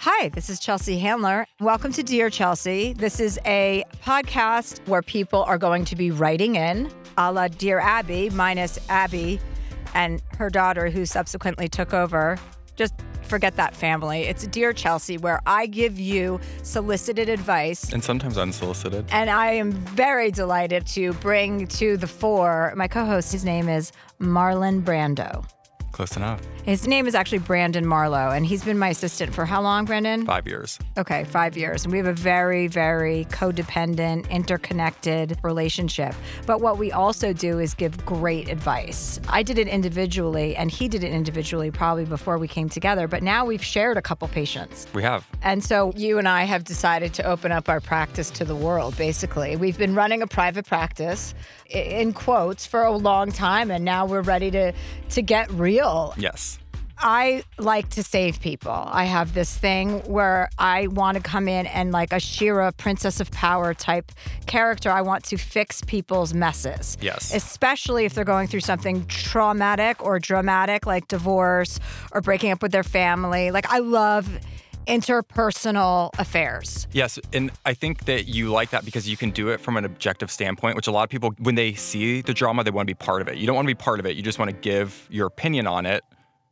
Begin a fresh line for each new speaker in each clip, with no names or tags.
Hi, this is Chelsea Handler. Welcome to Dear Chelsea. This is a podcast where people are going to be writing in a la Dear Abby, minus Abby and her daughter, who subsequently took over. Just forget that family. It's Dear Chelsea, where I give you solicited advice.
And sometimes unsolicited.
And I am very delighted to bring to the fore my co host. His name is Marlon Brando.
Close enough.
His name is actually Brandon Marlowe, and he's been my assistant for how long, Brandon?
Five years.
Okay, five years. And we have a very, very codependent, interconnected relationship. But what we also do is give great advice. I did it individually, and he did it individually probably before we came together. But now we've shared a couple patients.
We have.
And so you and I have decided to open up our practice to the world, basically. We've been running a private practice i- in quotes for a long time, and now we're ready to, to get real.
Yes.
I like to save people. I have this thing where I want to come in and like a Shira princess of power type character, I want to fix people's messes.
Yes.
Especially if they're going through something traumatic or dramatic like divorce or breaking up with their family. Like I love interpersonal affairs.
Yes. And I think that you like that because you can do it from an objective standpoint, which a lot of people, when they see the drama, they want to be part of it. You don't want to be part of it. You just want to give your opinion on it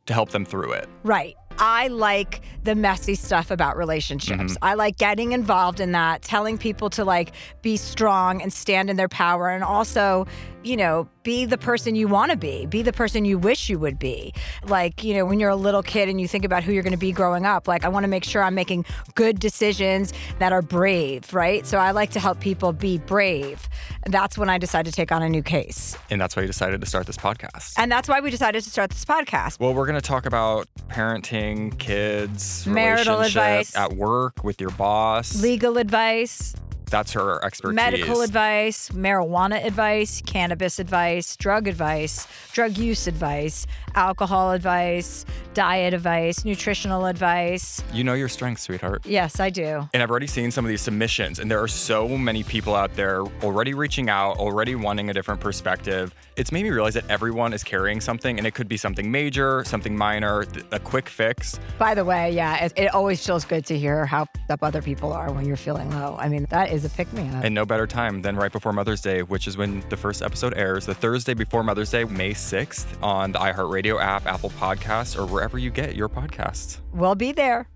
to help them through it.
Right. I like the messy stuff about relationships. I like getting involved in that, telling people to like be strong and stand in their power and also, you know, be the person you want to be, be the person you wish you would be. Like, you know, when you're a little kid and you think about who you're going to be growing up, like I want to make sure I'm making good decisions that are brave, right? So I like to help people be brave. That's when I decided to take on a new case.
And that's why you decided to start this podcast.
And that's why we decided to start this podcast.
well, we're going to talk about parenting, kids,
Marital
relationship,
advice.
at work with your boss.
Legal advice,
that's her expertise.
medical advice, marijuana advice, cannabis advice, drug advice, drug use advice, alcohol advice, diet advice, nutritional advice.
You know your strengths, sweetheart.
Yes, I do.
And I've already seen some of these submissions, and there are so many people out there already reaching out, already wanting a different perspective. It's made me realize that everyone is carrying something, and it could be something major, something minor, th- a quick fix.
By the way, yeah, it, it always feels good to hear how f***ed up other people are when you're feeling low. I mean, that is a pick me up.
And no better time than right before Mother's Day, which is when the first episode airs, the Thursday before Mother's Day, May 6th, on the iHeartRadio app, Apple Podcasts, or wherever you get your podcasts.
We'll be there.